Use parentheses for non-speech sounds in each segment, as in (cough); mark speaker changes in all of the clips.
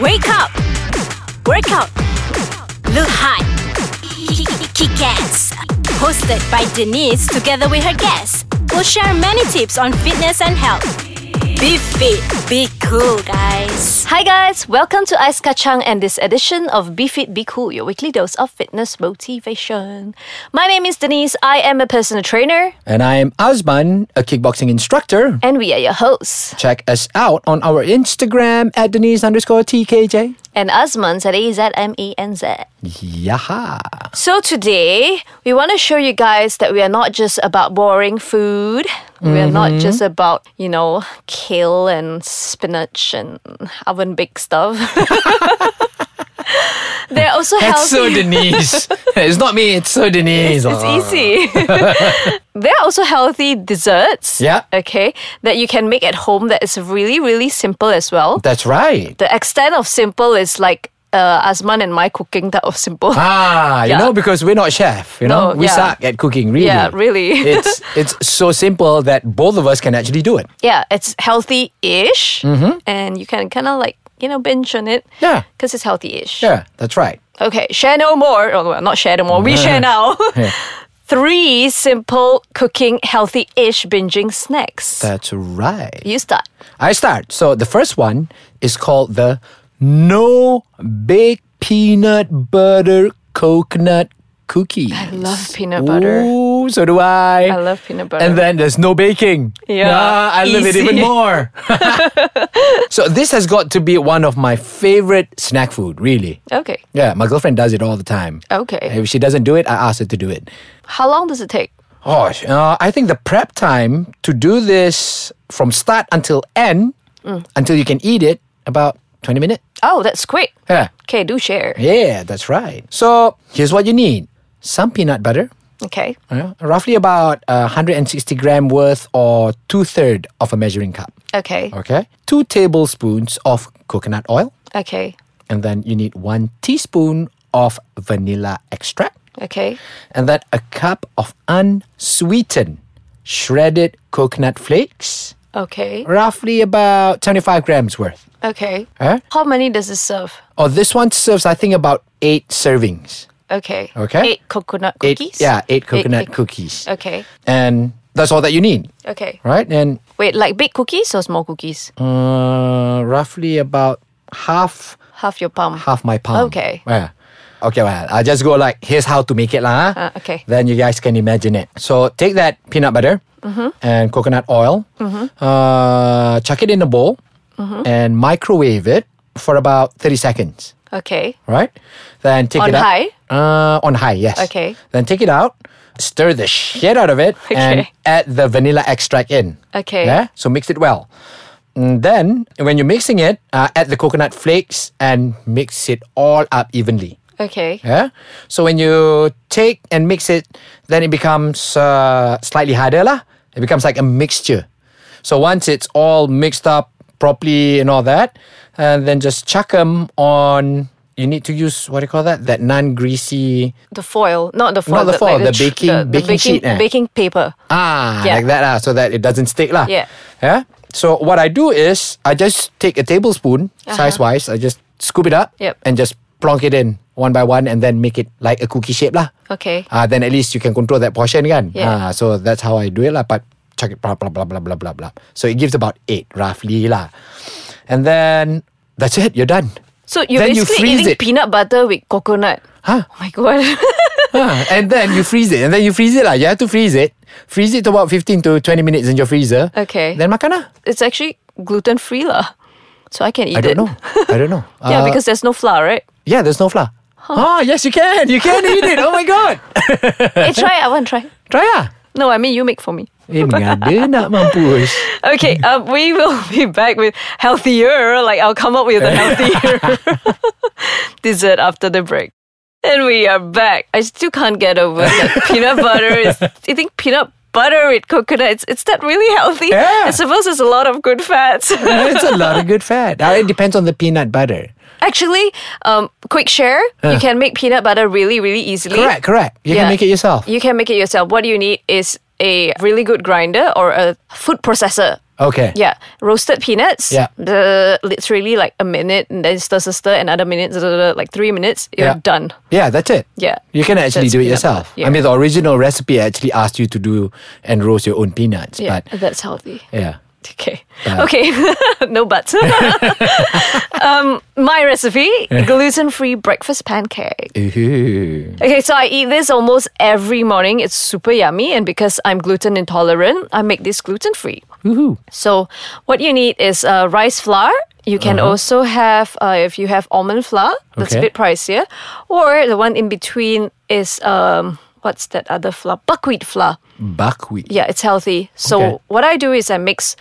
Speaker 1: Wake up! Work out! Look hot! Kick ass! Hosted by Denise together with her guests. We'll share many tips on fitness and health. Be fit, be cool, guys.
Speaker 2: Hi guys, welcome to Ice Kachang and this edition of Be Fit Be Cool, your weekly dose of fitness motivation. My name is Denise. I am a personal trainer,
Speaker 3: And I'm Osman, a kickboxing instructor.
Speaker 2: and we are your hosts.
Speaker 3: Check us out on our Instagram at Denise underscore TKJ.
Speaker 2: And Asman's at A Z M E N Z.
Speaker 3: Yaha.
Speaker 2: So today we want to show you guys that we are not just about boring food. We are not
Speaker 3: Mm-hmm.
Speaker 2: just about you know kale and spinach and oven baked stuff. (laughs) They're also
Speaker 3: That's so
Speaker 2: healthy. (laughs)
Speaker 3: Denise. it's not me, it's so Denise. Ah.
Speaker 2: It's easy. (laughs) there are also healthy desserts.
Speaker 3: Yeah.
Speaker 2: Okay. That you can make at home that is really, really simple as well.
Speaker 3: That's right.
Speaker 2: The extent of simple is like uh, Asman and my cooking type of simple.
Speaker 3: Ah, you
Speaker 2: Yeah.
Speaker 3: know, because we're not chef, you know,
Speaker 2: No,
Speaker 3: we
Speaker 2: yeah.
Speaker 3: suck at cooking, really.
Speaker 2: Yeah, really.
Speaker 3: (laughs) it's it's so simple that both of us can actually do it.
Speaker 2: (laughs) yeah, it's healthy ish. And you can kind of like, you know, binge on it.
Speaker 3: Mm-hmm. Yeah.
Speaker 2: Because it's healthy ish.
Speaker 3: Yeah, that's right.
Speaker 2: Okay. Share no more. Oh, well, not share no more. We
Speaker 3: (laughs)
Speaker 2: share now.
Speaker 3: Yeah.
Speaker 2: (laughs) Three simple cooking, healthy ish binging snacks.
Speaker 3: That's right.
Speaker 2: you start.
Speaker 3: I start. So the first one is called the no baked peanut butter coconut cookie. I
Speaker 2: love peanut butter.
Speaker 3: Ooh, so do I.
Speaker 2: I love peanut butter.
Speaker 3: And then there's no baking.
Speaker 2: Yeah,
Speaker 3: Ah, I love it even
Speaker 2: easy. (laughs)
Speaker 3: more. (laughs) so this has got to be one of my favorite snack food, really.
Speaker 2: Okay.
Speaker 3: Yeah, my girlfriend does it all the time.
Speaker 2: Oh. Okay.
Speaker 3: If she doesn't do it, I ask her to do it.
Speaker 2: How long does it take?
Speaker 3: Oh, uh, I think the prep time to do this from start until end, until you can eat it, about 20 minutes.
Speaker 2: Oh, that's quick.
Speaker 3: Yeah.
Speaker 2: Okay, do share.
Speaker 3: Yeah, that's right. So here's what you need some peanut butter,
Speaker 2: Okay.
Speaker 3: uh, roughly about uh, 160 gram worth or two third of a measuring cup.
Speaker 2: Okay.
Speaker 3: Okay. Two tablespoons of coconut oil,
Speaker 2: Okay.
Speaker 3: and then you need one teaspoon of vanilla extract.
Speaker 2: Okay.
Speaker 3: and then a cup of unsweetened shredded coconut flakes,
Speaker 2: Okay.
Speaker 3: roughly about 75 grams worth.
Speaker 2: Okay.
Speaker 3: Huh?
Speaker 2: How many does it serve?
Speaker 3: Oh, this one serves, I think, about eight servings.
Speaker 2: Okay.
Speaker 3: Okay.
Speaker 2: Eight coconut
Speaker 3: Eight,
Speaker 2: cookies?
Speaker 3: yeah, eight coconut
Speaker 2: cookies.
Speaker 3: cookies.
Speaker 2: Okay.
Speaker 3: And that's all that you need,
Speaker 2: Okay.
Speaker 3: right? And
Speaker 2: Wait, like big cookies or small cookies?
Speaker 3: uh, roughly about half
Speaker 2: Half your palm.
Speaker 3: half my palm.
Speaker 2: Okay.
Speaker 3: Yeah. Okay, well, I'll just go like, here's how to make it lah. huh?
Speaker 2: Ah, okay.
Speaker 3: Then you guys can imagine it. So take that peanut butter
Speaker 2: Mm-hmm.
Speaker 3: and coconut oil, uh, chuck it in a bowl,
Speaker 2: Mm-hmm.
Speaker 3: and microwave it for about 30 seconds,
Speaker 2: Okay.
Speaker 3: right? Then take
Speaker 2: On
Speaker 3: it out.
Speaker 2: high?
Speaker 3: Uh, on high, yes.
Speaker 2: Okay.
Speaker 3: Then take it out, stir the shit out of it,
Speaker 2: (laughs)
Speaker 3: and
Speaker 2: Okay.
Speaker 3: add the vanilla extract in.
Speaker 2: Okay.
Speaker 3: Yeah? So mix it well. And then, when you're mixing it, uh, add the coconut flakes and mix it all up evenly.
Speaker 2: Okay.
Speaker 3: Yeah. So when you take and mix it, then it becomes uh, slightly harder lah. It becomes like a mixture. So once it's all mixed up properly and all that, and then just chuck them on. You need to use what do you call that? That non-greasy
Speaker 2: The foil. Not the foil.
Speaker 3: Not the foil, the
Speaker 2: tr-
Speaker 3: baking- baking sheet, eh?
Speaker 2: baking paper.
Speaker 3: ah
Speaker 2: Yeah.
Speaker 3: like that lah, so that it doesn't stick lah.
Speaker 2: Yeah.
Speaker 3: Yeah. So what I do is I just take a tablespoon size-wise. I just scoop it up.
Speaker 2: Uh-huh. Yep.
Speaker 3: And just plonk it in one by one, and then make it like a cookie shape lah.
Speaker 2: Okay.
Speaker 3: Ah, then at least you can control that portion kan.
Speaker 2: Yeah.
Speaker 3: Ah, so that's how I do it lah. But check it blah blah blah blah blah blah blah. So it gives about eight roughly lah. And then that's it. You're done.
Speaker 2: So you're
Speaker 3: Then you
Speaker 2: basically
Speaker 3: freeze
Speaker 2: eating
Speaker 3: it.
Speaker 2: peanut butter with coconut.
Speaker 3: Huh?
Speaker 2: Oh my god. (laughs)
Speaker 3: Ah, (laughs) and then you freeze it. And then you freeze it lah. You have to freeze it. Freeze it to about 15 to 20 minutes in your freezer.
Speaker 2: Okay.
Speaker 3: Then makan lah.
Speaker 2: it's actually gluten free lah. So I can eat
Speaker 3: I
Speaker 2: it.
Speaker 3: don't know. I don't know.
Speaker 2: (laughs) Yeah,
Speaker 3: Uh,
Speaker 2: because there's no flour, right?
Speaker 3: yeah, there's no flour. Ah, yes, you can. You can eat it. Oh my god.
Speaker 2: hey, try. it. I want to try.
Speaker 3: Try lah.
Speaker 2: No, I mean you make for me.
Speaker 3: Eh, mengada nak
Speaker 2: (laughs)
Speaker 3: mampus.
Speaker 2: Okay, um, we will (laughs) be back with healthier. Like I'll come up with a
Speaker 3: (laughs)
Speaker 2: healthier dessert after the break. And we are back. I still can't get over that peanut butter. Is, you think peanut butter with coconut? It's, it's that really healthy?
Speaker 3: Yeah.
Speaker 2: I suppose there's a lot of good fats. (laughs)
Speaker 3: it's a lot of good fat. Ah, it depends on the peanut butter.
Speaker 2: Actually, um, quick share. You can make peanut butter really, really easily.
Speaker 3: Correct, correct. You
Speaker 2: Yeah.
Speaker 3: can make it yourself.
Speaker 2: You can make it yourself. What you need is a really good grinder or a food processor.
Speaker 3: Okay.
Speaker 2: Yeah, roasted peanuts.
Speaker 3: Yeah.
Speaker 2: the- literally like a minute, and then stir, stir, stir, another minute, da, da, da, like three minutes. You're
Speaker 3: Yeah.
Speaker 2: done.
Speaker 3: Yeah, that's it.
Speaker 2: Yeah.
Speaker 3: You can actually
Speaker 2: That's
Speaker 3: do it
Speaker 2: peanut
Speaker 3: yourself.
Speaker 2: butter,
Speaker 3: I
Speaker 2: yeah.
Speaker 3: mean, the original recipe actually asked you to do and roast your own peanuts,
Speaker 2: Yeah,
Speaker 3: but
Speaker 2: that's healthy.
Speaker 3: yeah.
Speaker 2: Okay. Okay. (laughs) no buts. (laughs) um, my recipe gluten free breakfast pancake.
Speaker 3: Ooh.
Speaker 2: Okay, so I eat this almost every morning. It's super yummy. And because I'm gluten intolerant, I make this gluten free.
Speaker 3: Woohoo.
Speaker 2: So, what you need is uh, rice flour. You can also have, uh, if you have almond flour, that's a
Speaker 3: Uh-huh.
Speaker 2: bit
Speaker 3: Okay.
Speaker 2: pricier. Or the one in between is, um, what's that other flour? Buckwheat flour.
Speaker 3: Buckwheat.
Speaker 2: Yeah, it's healthy. So
Speaker 3: Okay.
Speaker 2: what I do is I mix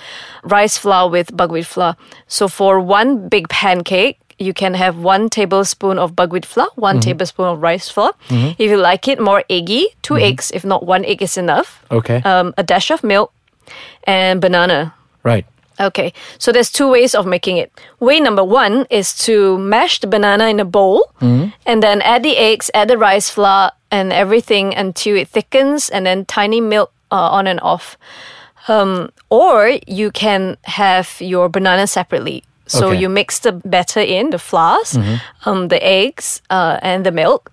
Speaker 2: rice flour with buckwheat flour. So for one big pancake, you can have one tablespoon of buckwheat flour, one
Speaker 3: Mm-hmm.
Speaker 2: tablespoon of rice flour. If you like it more eggy, 2 eggs. If not, one egg is enough.
Speaker 3: Mm-hmm. Okay.
Speaker 2: Um, a dash of milk and banana.
Speaker 3: right.
Speaker 2: Okay, so there's two ways of making it. Way number one is to mash the banana in a bowl and then add the eggs, add the rice flour, and everything until it thickens, and then tiny milk uh, on and off. Um, or you can have your banana separately. So
Speaker 3: Okay. Mm-hmm.
Speaker 2: you mix the batter in, the flours, um, the eggs, uh, and the milk.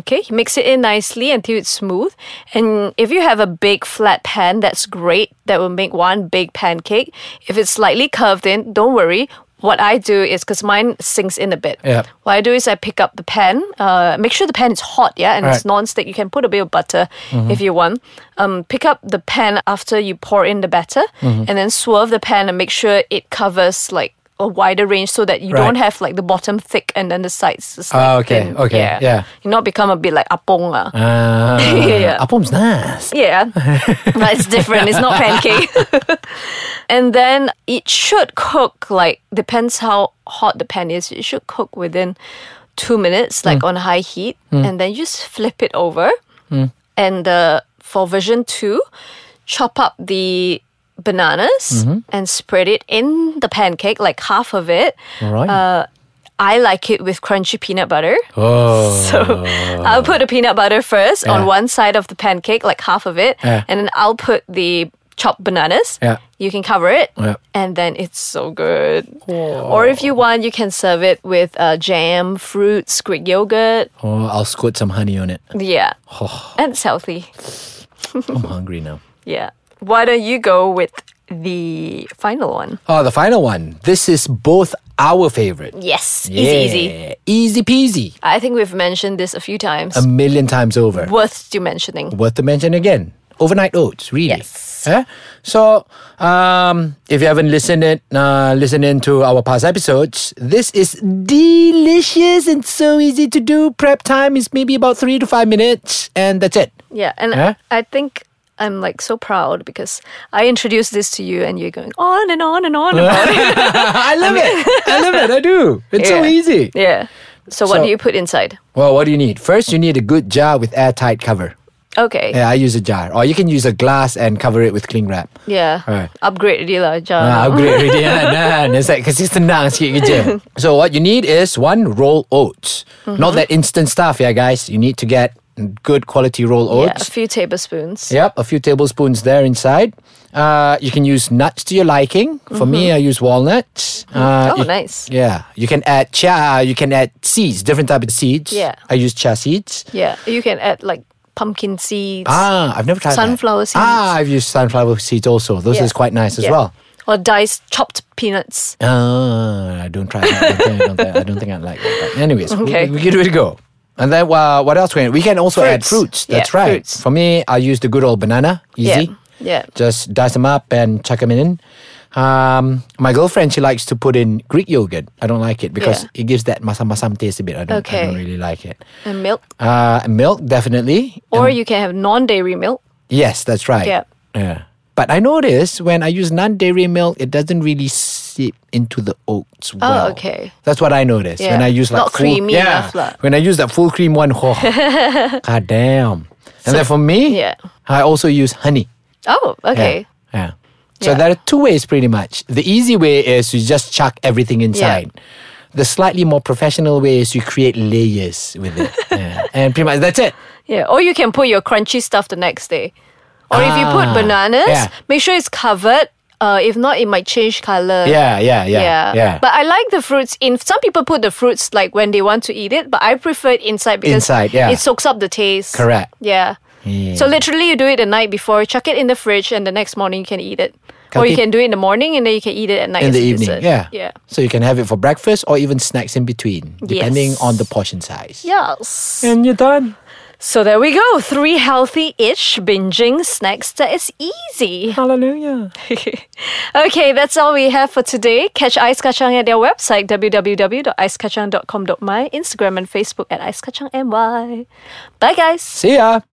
Speaker 2: Okay, you mix it in nicely until it's smooth. And if you have a big flat pan, that's great. That will make one big pancake. If it's slightly curved in, don't worry. What I do is because mine sinks in a bit.
Speaker 3: Yeah.
Speaker 2: What I do is I pick up the pan. Uh, make sure the pan is hot, yeah, and it's
Speaker 3: Right. Mm-hmm.
Speaker 2: non-stick. You can put a bit of butter if you want. Um, pick up the pan after you pour in the batter,
Speaker 3: Mm-hmm.
Speaker 2: and then swerve the pan and make sure it covers like a wider range so that you
Speaker 3: Right.
Speaker 2: don't have like the bottom thick and then the sides. is,
Speaker 3: Ah,
Speaker 2: like,
Speaker 3: okay,
Speaker 2: thin.
Speaker 3: okay, yeah.
Speaker 2: You not become a bit like apong lah. (laughs)
Speaker 3: Uh,
Speaker 2: Yeah.
Speaker 3: Appam's nice.
Speaker 2: Yeah. but it's different. It's not pancake. and then it should cook, like, depends how hot the pan is. It should cook within two minutes, like on high heat. And then you just flip it over. And uh, for version two, chop up the bananas and spread it in the pancake, like half of it.
Speaker 3: Right.
Speaker 2: Uh, I like it with crunchy peanut butter.
Speaker 3: oh.
Speaker 2: So I'll put the peanut butter first on
Speaker 3: Yeah.
Speaker 2: one side of the pancake, like half of it,
Speaker 3: Yeah.
Speaker 2: and then I'll put the chopped bananas.
Speaker 3: Yeah.
Speaker 2: You can cover it,
Speaker 3: Yeah.
Speaker 2: and then it's so good. Or if you want, you can serve it with uh, jam, fruits, Greek yogurt.
Speaker 3: oh, I'll squirt some honey on it. (sighs)
Speaker 2: Yeah, and it's healthy.
Speaker 3: I'm hungry now.
Speaker 2: Yeah. Why don't you go with the final one?
Speaker 3: Oh, the final one. This is both our favorite.
Speaker 2: Yes, easy, easy.
Speaker 3: Yeah. Easy peasy.
Speaker 2: I think we've mentioned this a few times.
Speaker 3: A million times over.
Speaker 2: Worth to mentioning.
Speaker 3: Worth to mention again. Overnight oats, really.
Speaker 2: Yes.
Speaker 3: Eh? So, um, if you haven't listened it, uh, listen in to our past episodes. This is delicious and so easy to do. Prep time is maybe about three to five minutes, and that's
Speaker 2: (laughs)
Speaker 3: it.
Speaker 2: Yeah, and
Speaker 3: Yeah?
Speaker 2: I think I'm like so proud because I introduced this to you, and you're going on and on and on about it.
Speaker 3: I love it. I love it. I do. It's so
Speaker 2: Yeah.
Speaker 3: easy.
Speaker 2: Yeah. So what
Speaker 3: So-
Speaker 2: do you put inside?
Speaker 3: Well, what do you need? First, you need a good jar with airtight cover.
Speaker 2: Okay.
Speaker 3: Yeah, I use a jar, or you can use a glass and cover it with cling wrap.
Speaker 2: Yeah.
Speaker 3: Alright.
Speaker 2: Upgrade dealer (laughs)
Speaker 3: Ah,
Speaker 2: jar.
Speaker 3: upgrade already kan nah, It's like Kasi senang sikit kerja So what you need is One roll oats
Speaker 2: Mm-hmm.
Speaker 3: Not that instant stuff Yeah guys You need to get Good quality roll
Speaker 2: Yeah, a
Speaker 3: oats
Speaker 2: few tablespoons.
Speaker 3: Yep A few tablespoons there inside uh, You can use nuts to your liking For me I use walnuts uh,
Speaker 2: Mm-hmm. Oh,
Speaker 3: you-
Speaker 2: nice.
Speaker 3: Yeah You can add chia You can add seeds Different type of seeds
Speaker 2: Yeah.
Speaker 3: I use chia seeds
Speaker 2: Yeah. You can add like pumpkin seeds.
Speaker 3: Ah, I've never tried that.
Speaker 2: Sunflower seeds.
Speaker 3: Ah, I've used sunflower seeds also. Those
Speaker 2: Yeah.
Speaker 3: is quite nice as
Speaker 2: Yeah.
Speaker 3: well.
Speaker 2: Or diced chopped peanuts.
Speaker 3: Ah, I don't try that. I think I don't, think- I don't think I like that. But anyways, we-
Speaker 2: Okay.
Speaker 3: we, give it a go. And then uh, what else? Can we can also add
Speaker 2: Fruits.
Speaker 3: fruits. That's
Speaker 2: Yeah,
Speaker 3: right.
Speaker 2: fruits.
Speaker 3: For me, I use the good old banana. Easy.
Speaker 2: Yeah.
Speaker 3: Just dice them up and chuck them in. Um, my girlfriend she likes to put in Greek yogurt. I don't like it because
Speaker 2: Yeah.
Speaker 3: it gives that masam masam taste a bit. I don't, I
Speaker 2: Okay.
Speaker 3: don't really like it.
Speaker 2: And milk.
Speaker 3: Uh, milk definitely.
Speaker 2: Or you can have non dairy milk.
Speaker 3: Yes, that's right.
Speaker 2: Yeah.
Speaker 3: Yeah. But I notice when I use non-dairy milk, it doesn't really seep into the oats. well.
Speaker 2: Oh, okay.
Speaker 3: That's what I noticed when
Speaker 2: Yeah.
Speaker 3: I use like
Speaker 2: Not
Speaker 3: full,
Speaker 2: creamy
Speaker 3: yeah.
Speaker 2: enough lah.
Speaker 3: When I use that full cream one,
Speaker 2: (laughs)
Speaker 3: oh, god damn. And then for me,
Speaker 2: yeah.
Speaker 3: I also use honey.
Speaker 2: Oh,
Speaker 3: Yeah.
Speaker 2: okay.
Speaker 3: Yeah. So
Speaker 2: Yeah.
Speaker 3: there are two ways pretty much. The easy way is you just chuck everything inside. The slightly more professional way is you create
Speaker 2: (laughs)
Speaker 3: layers with it. yeah. And pretty much that's it.
Speaker 2: Yeah. Or you can put your crunchy stuff the next day. Or if you put
Speaker 3: Ah,
Speaker 2: bananas,
Speaker 3: yeah.
Speaker 2: make sure it's covered. Uh, if not, it might change color.
Speaker 3: Yeah, yeah, yeah, yeah.
Speaker 2: Yeah. But I like the fruits in. Some people put the fruits like when they want to eat it, but I prefer it inside because
Speaker 3: Inside, yeah.
Speaker 2: it soaks up the taste.
Speaker 3: Correct.
Speaker 2: Yeah. So literally, you do it the night before, chuck it in the fridge, and the next morning you can eat it. Or you can
Speaker 3: Kati-
Speaker 2: do it in the morning, and then you can eat it at night
Speaker 3: in
Speaker 2: as
Speaker 3: the
Speaker 2: a
Speaker 3: evening.
Speaker 2: dessert.
Speaker 3: Yeah.
Speaker 2: Yeah.
Speaker 3: So you can have it for breakfast or even snacks in between, depending on the portion size.
Speaker 2: Yes.
Speaker 3: And you're done.
Speaker 2: So there we go. Three healthy-ish binging snacks that is easy.
Speaker 3: Hallelujah.
Speaker 2: (laughs) Okay, that's all we have for today. Catch Ice Kacang at their website www.icekacang.com.my, Instagram and Facebook at Ice Kacang NY. Bye guys.
Speaker 3: See ya.